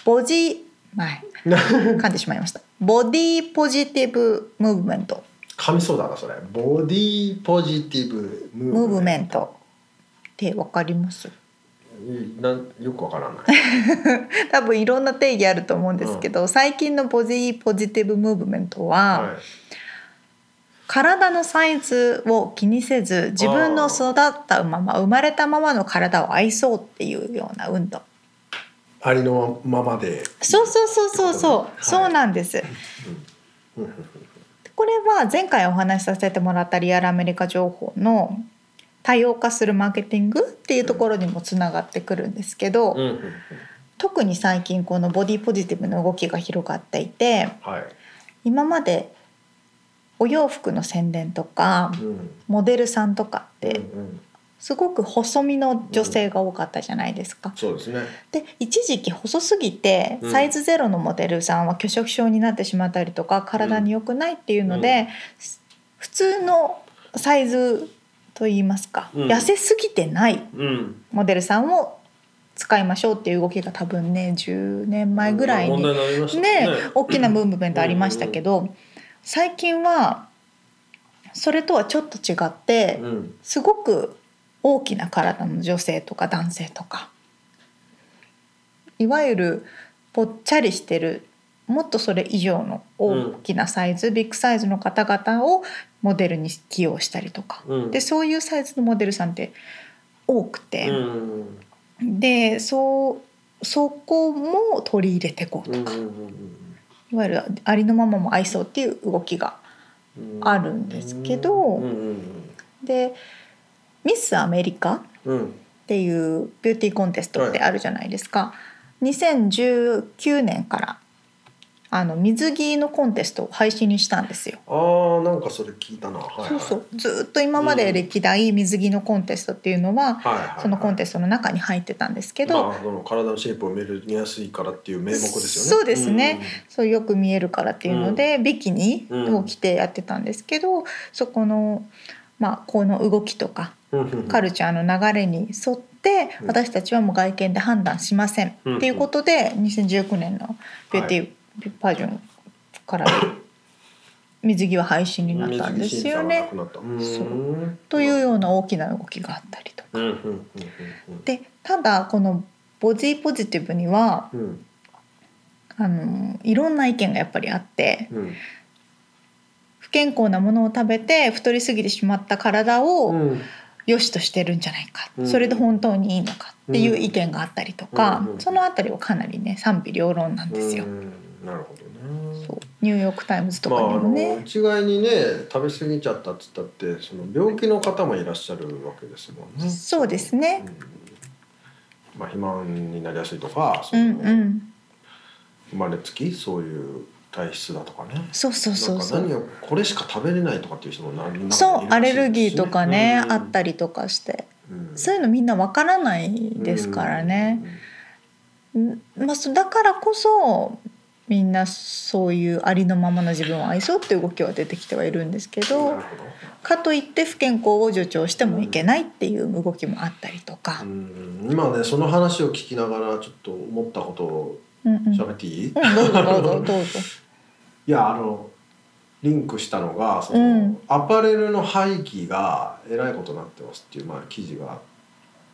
Speaker 1: ボディ 前噛んでしまいましたボディポジティブムーブメント
Speaker 2: 噛みそうだなそれ。ボディポジティブム
Speaker 1: ム
Speaker 2: ー
Speaker 1: ーブ
Speaker 2: ブ
Speaker 1: メ
Speaker 2: メ
Speaker 1: ン
Speaker 2: ン
Speaker 1: トってわかります
Speaker 2: いなんよくわからない。
Speaker 1: 多分いろんな定義あると思うんですけど、最近のボディーポジティブムーブメントは、
Speaker 2: はい
Speaker 1: 体のサイズを気にせず自分の育ったまま生まれたままの体を愛そうっていうような運動
Speaker 2: ありのままで。
Speaker 1: そうそうそうそうそう、
Speaker 2: はい
Speaker 1: そうなんです
Speaker 2: うんうん
Speaker 1: これは前回お話しさせてもらったリアルアメリカ情報の多様化するマーケティングっていうところにもつながってくるんですけど、
Speaker 2: うんうん
Speaker 1: 特に最近このボディポジティブの動きが広がっていて
Speaker 2: はい。
Speaker 1: 今までお洋服の宣伝とか
Speaker 2: うん
Speaker 1: モデルさんとかって
Speaker 2: うんうん
Speaker 1: すごく細身の女性が多かったじゃないですか。
Speaker 2: そうですね。
Speaker 1: で一時期細すぎて
Speaker 2: うん
Speaker 1: サイズゼロのモデルさんは拒食症になってしまったりとか体に良くないっていうので、普通のサイズといいますか、
Speaker 2: うん
Speaker 1: 痩せすぎてない
Speaker 2: うん。
Speaker 1: モデルさんを使いましょうっていう動きが多分ね10年前ぐらいに
Speaker 2: 問題になりました
Speaker 1: ね
Speaker 2: ね。
Speaker 1: 大きなムーブメントありましたけど、最近はそれとはちょっと違って、
Speaker 2: うん。
Speaker 1: すごく大きな体の女性とか男性とかいわゆるぽっちゃりしてるもっとそれ以上の大きなサイズ、ビッグサイズの方々をモデルに起用したりとか、
Speaker 2: うん
Speaker 1: でそういうサイズのモデルさんって多く
Speaker 2: う
Speaker 1: て、
Speaker 2: ん。
Speaker 1: でそうそこも取り入れていこう
Speaker 2: うん
Speaker 1: と
Speaker 2: うん
Speaker 1: か、
Speaker 2: うん
Speaker 1: いわゆるありのままも愛そうっていう動きが
Speaker 2: うん
Speaker 1: あるんですけど
Speaker 2: うんうん
Speaker 1: でミスアメリカ
Speaker 2: うんう
Speaker 1: っ
Speaker 2: ん
Speaker 1: ていうビューティーコンテストってあるじゃないですか、2019年からあの水着のコンテストを廃止にしたんですよ。
Speaker 2: ああなんかそれ聞いたな。はいはい
Speaker 1: そうそうずっと今まで歴代水着のコンテストっていうのは、
Speaker 2: はいはいはい。
Speaker 1: そのコンテストの中に入ってたんですけど、
Speaker 2: まあ、その体のシェイプを見る見やすいからっていう名目ですよ
Speaker 1: そ
Speaker 2: ね。
Speaker 1: うですねそうよく見えるからっていうので、ビキニを着てやってたんですけど、そこの、まあ、この動きとか
Speaker 2: うんうん。
Speaker 1: カルチャーの流れに沿って
Speaker 2: うん
Speaker 1: 私たちはもう外見で判断しません、
Speaker 2: うん
Speaker 1: っていうことで2019年のビューティーパージョンから水着は廃止になったんですよね。
Speaker 2: 水着審査がなくなった。う
Speaker 1: そ
Speaker 2: ーん
Speaker 1: というような大きな動きがあったりと
Speaker 2: う
Speaker 1: か。
Speaker 2: んうんうん
Speaker 1: でただこのボディポジティブには
Speaker 2: うんうん
Speaker 1: あのいろんな意見がやっぱりあって
Speaker 2: うん
Speaker 1: 不健康なものを食べて太りすぎてしまった体を
Speaker 2: うんうん
Speaker 1: 良しとしてるんじゃないか、
Speaker 2: うん
Speaker 1: それで本当にいいのかっていう意見があったりとか、
Speaker 2: うん
Speaker 1: そのあたりはかなりね賛否両論なんですよ。
Speaker 2: うんなるほどね。
Speaker 1: そうニューヨーク・タイムズと
Speaker 2: ま
Speaker 1: か
Speaker 2: あ
Speaker 1: に
Speaker 2: あ
Speaker 1: もね、
Speaker 2: の一概にね食べ過ぎちゃったっつったってその病気の方もいらっしゃるわけですもんね。
Speaker 1: そうですね。
Speaker 2: うんまあ肥満になりやすいとか、そうの
Speaker 1: んうん、
Speaker 2: 生まれつきそういう体質だとかね。
Speaker 1: そうそうそうそ
Speaker 2: なんか
Speaker 1: う。
Speaker 2: 何をこれしか食べれないとかっていう人も何人もいるらしいですね
Speaker 1: そうアレルギーとかね、
Speaker 2: うん
Speaker 1: あったりとかして
Speaker 2: うん
Speaker 1: そういうのみんなわからないですからね、んまあ、そうだからこそみんなそういうありのままの自分を愛そうっていう動きは出てきてはいるんですけ
Speaker 2: うん。
Speaker 1: ど
Speaker 2: なるほ
Speaker 1: かといって不健康を助長してもいけないっていう動きもあったりとか
Speaker 2: ど。う、ん今ねその話を聞きながらちょっと思ったことを
Speaker 1: うんうん、うんど
Speaker 2: 喋っていい？
Speaker 1: うぞどうぞどうぞ。
Speaker 2: いやあのリンクしたのがその、
Speaker 1: うん
Speaker 2: アパレルの廃棄がえらいことになってますっていう、まあ、記事が、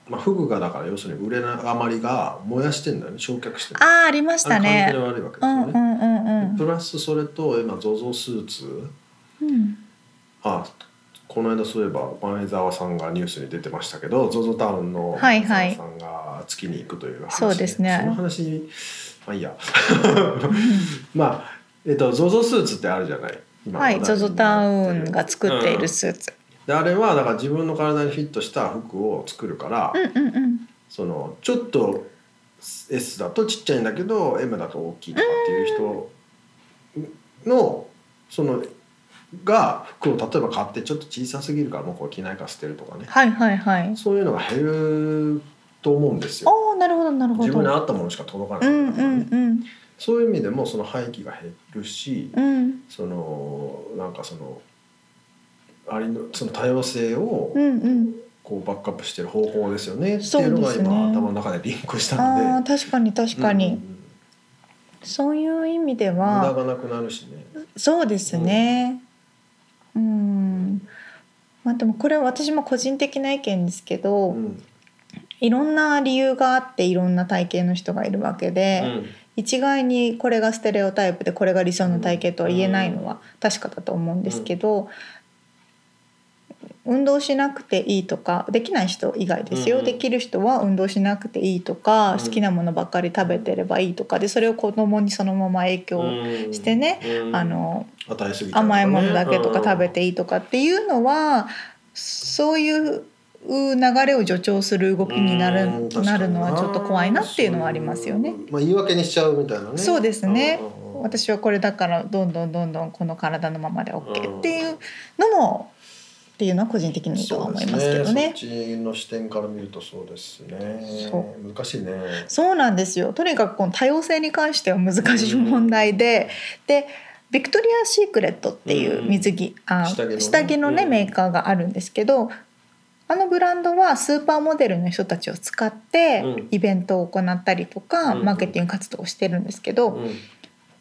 Speaker 2: まあ、フグがだから要するに売れない余りが燃やしてんだよね焼却してる
Speaker 1: あーありました
Speaker 2: あれ
Speaker 1: ね
Speaker 2: 環。境に悪いわ
Speaker 1: う
Speaker 2: けです
Speaker 1: んう
Speaker 2: よね、
Speaker 1: んうんうん。
Speaker 2: プラスそれと今 ZOZO スーツ
Speaker 1: うん
Speaker 2: あこの間そういえば前澤さんがニュースに出てましたけど ZOZO タウンの
Speaker 1: はい
Speaker 2: 前
Speaker 1: はい
Speaker 2: 澤さんが月に行くという話、
Speaker 1: そうですね
Speaker 2: その話まあいいやまあえっと ZOZO スーツってあるじゃない今
Speaker 1: はい、
Speaker 2: 話
Speaker 1: ゾ
Speaker 2: 題に
Speaker 1: ゾタウンが作ってい
Speaker 2: うん
Speaker 1: るスーツ。
Speaker 2: であれはだから自分の体にフィットした服を作るから、
Speaker 1: うんうんうん。
Speaker 2: そのちょっと S だとちっちゃいんだけど M だと大きいとかっていう人のそのが服を例えば買ってちょっと小さすぎるからもうこれ着ないから捨てるとかね
Speaker 1: はいはいはい。
Speaker 2: そういうのが減ると思うんですよ。
Speaker 1: ああ、なるほどなるほ
Speaker 2: 自分に
Speaker 1: ど。
Speaker 2: 合ったものしか届か
Speaker 1: う
Speaker 2: ない、
Speaker 1: んうんうん
Speaker 2: そういう意味でもその廃棄が減るし、
Speaker 1: うん
Speaker 2: そのなんかそのありのその多様性を
Speaker 1: うんうん。
Speaker 2: こうバックアップしてる方法ですよねっていうのが
Speaker 1: そうですね
Speaker 2: 今、頭の中でリンクしたんで
Speaker 1: ああ、確かに確か
Speaker 2: うんうん
Speaker 1: に
Speaker 2: う。ん
Speaker 1: そういう意味で
Speaker 2: 無駄
Speaker 1: は、
Speaker 2: がなくなるしね
Speaker 1: そうですね。うん。まあでもこれは私も個人的な意見ですけ
Speaker 2: う
Speaker 1: ど、
Speaker 2: ん
Speaker 1: いろんな理由があっていろんな体型の人がいるわけで、一概にこれがステレオタイプでこれが理想の体型とは言えないのは確かだと思うんですけど、運動しなくていいとかできない人以外ですよ、
Speaker 2: うん
Speaker 1: できる人は運動しなくていいとか、
Speaker 2: うん
Speaker 1: 好きなものばっかり食べてればいいとかでそれを子供にそのまま影響、してね、
Speaker 2: うん
Speaker 1: あの
Speaker 2: 与えすぎちゃうと
Speaker 1: 甘
Speaker 2: かね
Speaker 1: いものだけとか食べていいとかっていうのはそういう流れを助長する動きになる
Speaker 2: うん確かに
Speaker 1: なるのはちょっと怖いなっていうのはありますよね。
Speaker 2: まあ言い訳にしちゃうみたいなね。
Speaker 1: そうですね
Speaker 2: うんうんうん
Speaker 1: 私はこれだからどんどんどんどんこの体のままで OK っていうのもっていうのは個人的にとは思いますけどね。
Speaker 2: そうですねそっちの視点から見るとそうですね。
Speaker 1: そ
Speaker 2: 難しいね。
Speaker 1: そうなんですよとにかくこの多様性に関しては難しい問題で、でビクトリア・シークレットっていう水着、あ
Speaker 2: 下着のね
Speaker 1: 下着のね
Speaker 2: うん
Speaker 1: メーカーがあるんですけどあのブランドはスーパーモデルの人たちを使って
Speaker 2: うん
Speaker 1: イベントを行ったりとか、
Speaker 2: うん
Speaker 1: マーケティング活動をしてるんですけど、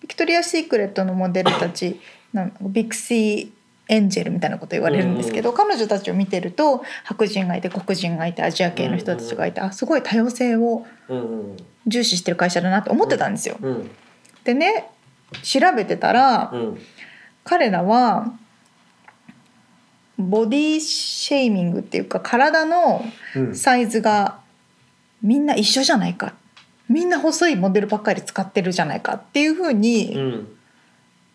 Speaker 1: ビクトリア・シークレットのモデルたちなんかビクシーエンジェルみたいなこと言われるんですけど、彼女たちを見てると白人がいて黒人がいてアジア系の人たちがいて、あすごい多様性を
Speaker 2: うんうん
Speaker 1: 重視してる会社だなと思ってたんですよ。
Speaker 2: うん
Speaker 1: でね調べてたら、
Speaker 2: うん
Speaker 1: 彼らはボディシェイミングっていうか体の
Speaker 2: うん。
Speaker 1: サイズがみんな一緒じゃないかみんな細いモデルばっかり使ってるじゃないかっていうふう
Speaker 2: う
Speaker 1: に
Speaker 2: ん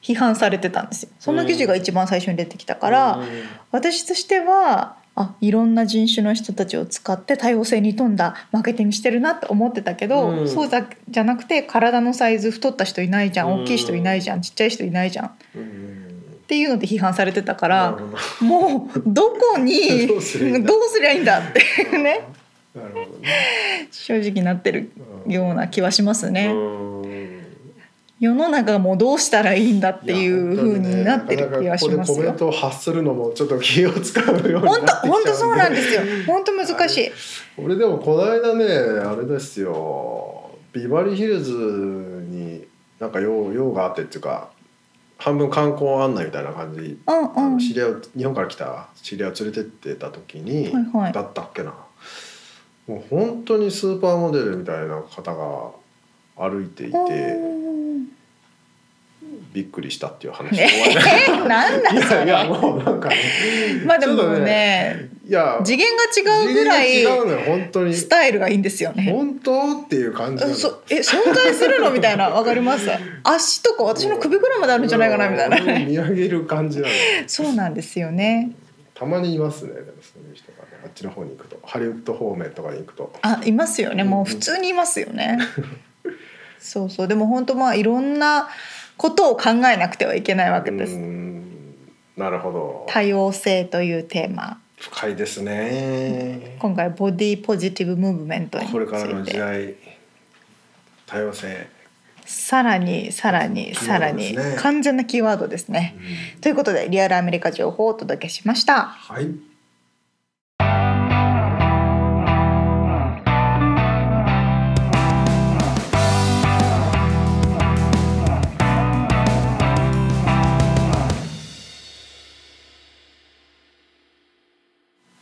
Speaker 1: 批判されてたんですよ。その記事が一番最初に出てきたから、
Speaker 2: うん
Speaker 1: 私としてはあいろんな人種の人たちを使って多様性に富んだマーケティングしてるなと思ってたけど、
Speaker 2: うん
Speaker 1: そうだじゃなくて体のサイズ太った人いないじゃん、
Speaker 2: うん
Speaker 1: 大きい人いないじゃんちっちゃい人いないじゃんっ
Speaker 2: うんうん
Speaker 1: ていうので批判されてたか
Speaker 2: なる
Speaker 1: ら、
Speaker 2: ほど
Speaker 1: もうどこに ど
Speaker 2: どう
Speaker 1: う
Speaker 2: す
Speaker 1: す
Speaker 2: りゃいいんだ
Speaker 1: りゃいいんだっていうね
Speaker 2: なるほどね
Speaker 1: 正直なってる
Speaker 2: うん
Speaker 1: ような気はしますね。
Speaker 2: うん
Speaker 1: 世の中もうどうしたらいいんだっていう風になって
Speaker 2: いや
Speaker 1: る
Speaker 2: 本当
Speaker 1: 気
Speaker 2: にね
Speaker 1: はします
Speaker 2: なかなかここでコメ
Speaker 1: よ
Speaker 2: ン。トを発するのもちょっと気を使うようになっ
Speaker 1: 本当
Speaker 2: てきちゃうん
Speaker 1: 本当そうなんですよ。本当難しい。
Speaker 2: 俺でもこの間ねあれですよビバリーヒルズになんか用用があってっていうか半分観光案内みたいな感じ、
Speaker 1: うん
Speaker 2: あ
Speaker 1: う
Speaker 2: の
Speaker 1: ん。
Speaker 2: 知り合いを日本から来た知り合いを連れてってた時に、
Speaker 1: はいはい
Speaker 2: だったっけなもう本当にスーパーモデルみたいな方が歩いていて
Speaker 1: うん
Speaker 2: びっくりしたってい う話
Speaker 1: ねえ、なん だ
Speaker 2: い
Speaker 1: そ
Speaker 2: やいや
Speaker 1: れ。
Speaker 2: もうなんかね
Speaker 1: まあで
Speaker 2: ちょっ
Speaker 1: も
Speaker 2: と
Speaker 1: ね、
Speaker 2: いや
Speaker 1: 次元が違うぐらい
Speaker 2: 次元が違うのよ本当に
Speaker 1: スタイルがいいんですよね。
Speaker 2: 本当っていう感じなの
Speaker 1: そえ存在するのみたいなわかります。足とか私の首ぐらいまであるんじゃないかなみたいな。
Speaker 2: うん見上げる感じな の。
Speaker 1: そうなんですよね。
Speaker 2: たまにいますね。でもそういう人がね、あっちの方に行くと、ハリウッド方面とかに行くと。
Speaker 1: あいますよね。もう普通にいますよ ね。そうそうでも本当まあいろんなことを考えなくてはいけないわ
Speaker 2: う
Speaker 1: けです。
Speaker 2: ん、なるほど。
Speaker 1: 多様性というテーマ。
Speaker 2: 深いですね。
Speaker 1: 今回ボディポジティブムーブメントにつ
Speaker 2: これからの
Speaker 1: い
Speaker 2: 時
Speaker 1: て。
Speaker 2: 代、多様性。
Speaker 1: さらにさらにさら
Speaker 2: キ
Speaker 1: に
Speaker 2: ーワードですね
Speaker 1: 完全なキーワードですね
Speaker 2: う。ん
Speaker 1: ということでリアルアメリカ情報をお届けしました
Speaker 2: はい。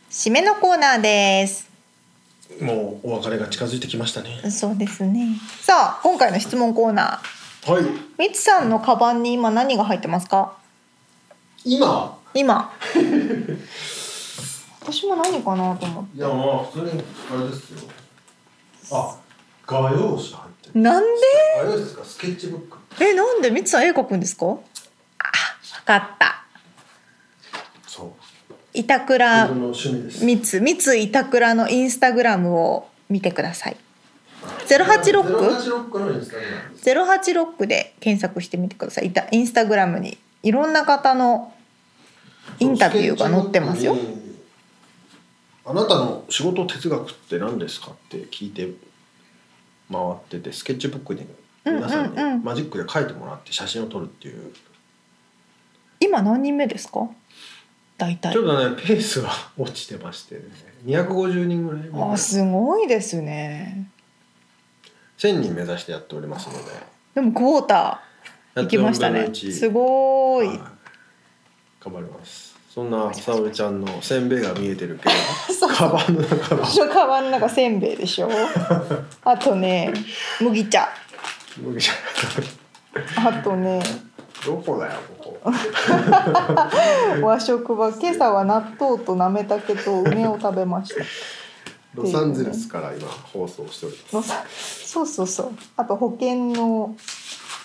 Speaker 1: 締めのコーナーです
Speaker 2: もうお別れが近づいてきましたね。
Speaker 1: そうですねさあ今回の質問コーナ
Speaker 2: はい。
Speaker 1: ーみつさんのカバンに今何が入ってますか
Speaker 2: 今。
Speaker 1: 今 私も何かなと思っ
Speaker 2: いや、まあ、普通に、あれですよ。あ、画用紙入って
Speaker 1: て。なんで
Speaker 2: 画用紙ですか、スケッチブック。
Speaker 1: えなんでみつさん絵描くんですかあわかった
Speaker 2: そう。
Speaker 1: 板倉
Speaker 2: 自分の趣味です。
Speaker 1: みつみつ板倉のインスタグラムを見てくださいゼロ八ロック
Speaker 2: ゼロ八ロックのインスタグラムです。
Speaker 1: ゼロ八ロックで検索してみてください。いたインスタグラムにいろんな方のインタビューが載ってますよ。
Speaker 2: あなたの仕事哲学って何ですかって聞いて回っててスケッチブックに皆さん
Speaker 1: うんうんう
Speaker 2: に
Speaker 1: ん
Speaker 2: マジックで書いてもらって写真を撮るっていう
Speaker 1: 今何人目ですか？大体
Speaker 2: ちょ。っとねペースが落ちてましてね250人ぐらい
Speaker 1: あすごいですね。
Speaker 2: 1000人目指してやっておりますので
Speaker 1: でもクォーター行きましたね。
Speaker 2: やっと4分の1
Speaker 1: すごーい。
Speaker 2: はい頑張りますそんな沙織ちゃんのせんべいが見えてるけ ど
Speaker 1: そう
Speaker 2: カバンの中は
Speaker 1: 初カバンの中せんべいで しょあとね麦茶
Speaker 2: 麦茶
Speaker 1: あとね
Speaker 2: どこだよここ
Speaker 1: 和食は今朝は納豆となめたけと梅を食べました
Speaker 2: ロサンゼルスから今放送しておりま
Speaker 1: のさそうそうそうあと保険の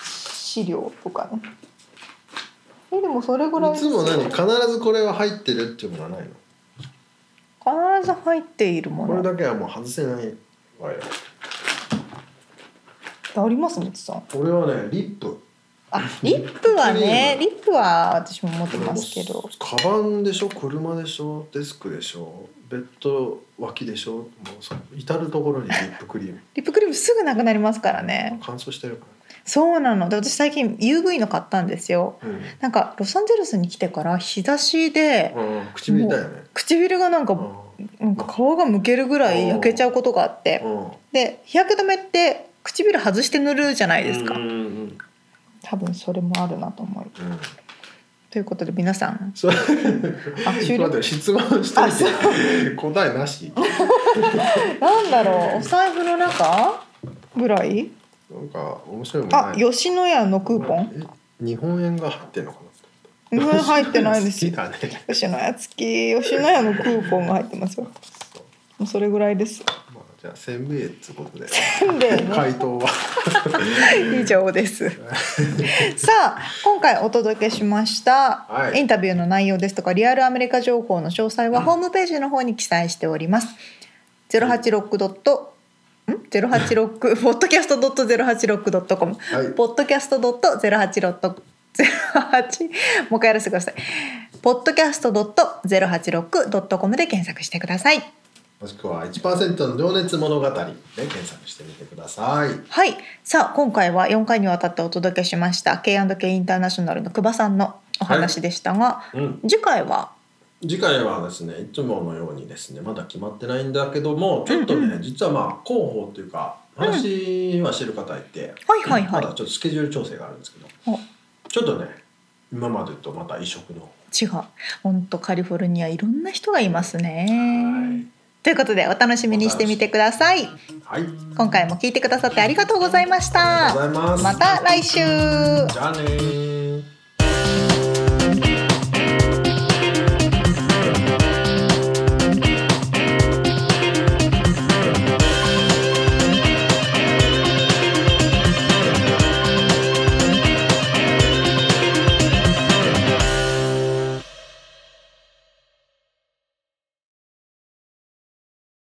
Speaker 1: 資料とかねえでもそれぐらいですす
Speaker 2: いつ
Speaker 1: よ
Speaker 2: も何必ずこれは入ってるっていうものはないの
Speaker 1: 必ず入っているも
Speaker 2: これ
Speaker 1: の
Speaker 2: だけはもう外せないわよ
Speaker 1: ありますみつさん
Speaker 2: 俺はねリップ
Speaker 1: あリップはね
Speaker 2: クリ
Speaker 1: リップは私も持っ
Speaker 2: こ
Speaker 1: て
Speaker 2: れも
Speaker 1: ますけど
Speaker 2: カバンでしょ車でしょデスクでしょベッド脇でしょもうその至る所にリップクリーム
Speaker 1: リップクリームすぐなくなりますからね
Speaker 2: 乾燥してるか
Speaker 1: そうなので私最近 UV の買ったんですよ
Speaker 2: ら、うん
Speaker 1: なんかロサンゼルスに来てから日差しで
Speaker 2: うん、唇痛いよね
Speaker 1: 唇がなん
Speaker 2: う
Speaker 1: かなんか皮がむけるぐらい焼けちゃうことがあって
Speaker 2: んうん
Speaker 1: で日焼け止めって唇外して塗るじゃないですか、
Speaker 2: うんうんうん
Speaker 1: 多分それもあるなと思う
Speaker 2: うん
Speaker 1: ということで皆さん
Speaker 2: それ
Speaker 1: あ終了
Speaker 2: 待って質問して
Speaker 1: あそ
Speaker 2: みて答えなし
Speaker 1: なんだろうお財布の中ぐらい
Speaker 2: なんか面白いもん
Speaker 1: あ
Speaker 2: ない
Speaker 1: 吉野家のクーポン
Speaker 2: え日本円が入ってんのか
Speaker 1: うん
Speaker 2: な
Speaker 1: 入ってないです
Speaker 2: 好
Speaker 1: よ
Speaker 2: きだね
Speaker 1: 吉野家付き吉野家のクーポンが入ってますよも
Speaker 2: そう
Speaker 1: うそれぐらいです
Speaker 2: まあじゃあせんべいっつうことで
Speaker 1: せんべいね
Speaker 2: 回答は
Speaker 1: 以上です さあ今回お届けしました、
Speaker 2: はい
Speaker 1: インタビューの内容ですとかリアルアメリカ情報の詳細はホームページの方に記載しております086ドットん086 podcast.086.com
Speaker 2: はい
Speaker 1: podcast.086.08 もう一回やらせてください podcast.086.com で検索してください
Speaker 2: もしくは1%の情熱物語で検索してみてください
Speaker 1: はいさあ今回は4回にわたってお届けしました K&K インターナショナルの久保さんのお話でしたが、
Speaker 2: うん
Speaker 1: 次回は
Speaker 2: 次回はですねいつものようにですねまだ決まってないんだけどもちょっとね、実はまあ広報というか話はしてる方いて、
Speaker 1: はいはいはい、
Speaker 2: まだちょっとスケジュール調整があるんですけど
Speaker 1: お
Speaker 2: ちょっとね今までとまた異色の
Speaker 1: 違う本当カリフォルニアいろんな人がいますね
Speaker 2: は。
Speaker 1: ということでお楽しみにしてみてください。
Speaker 2: はいあり
Speaker 1: 今回も聞いてくださってありがとうございまし
Speaker 2: がと
Speaker 1: た。
Speaker 2: うございます
Speaker 1: また来週。
Speaker 2: じゃあねー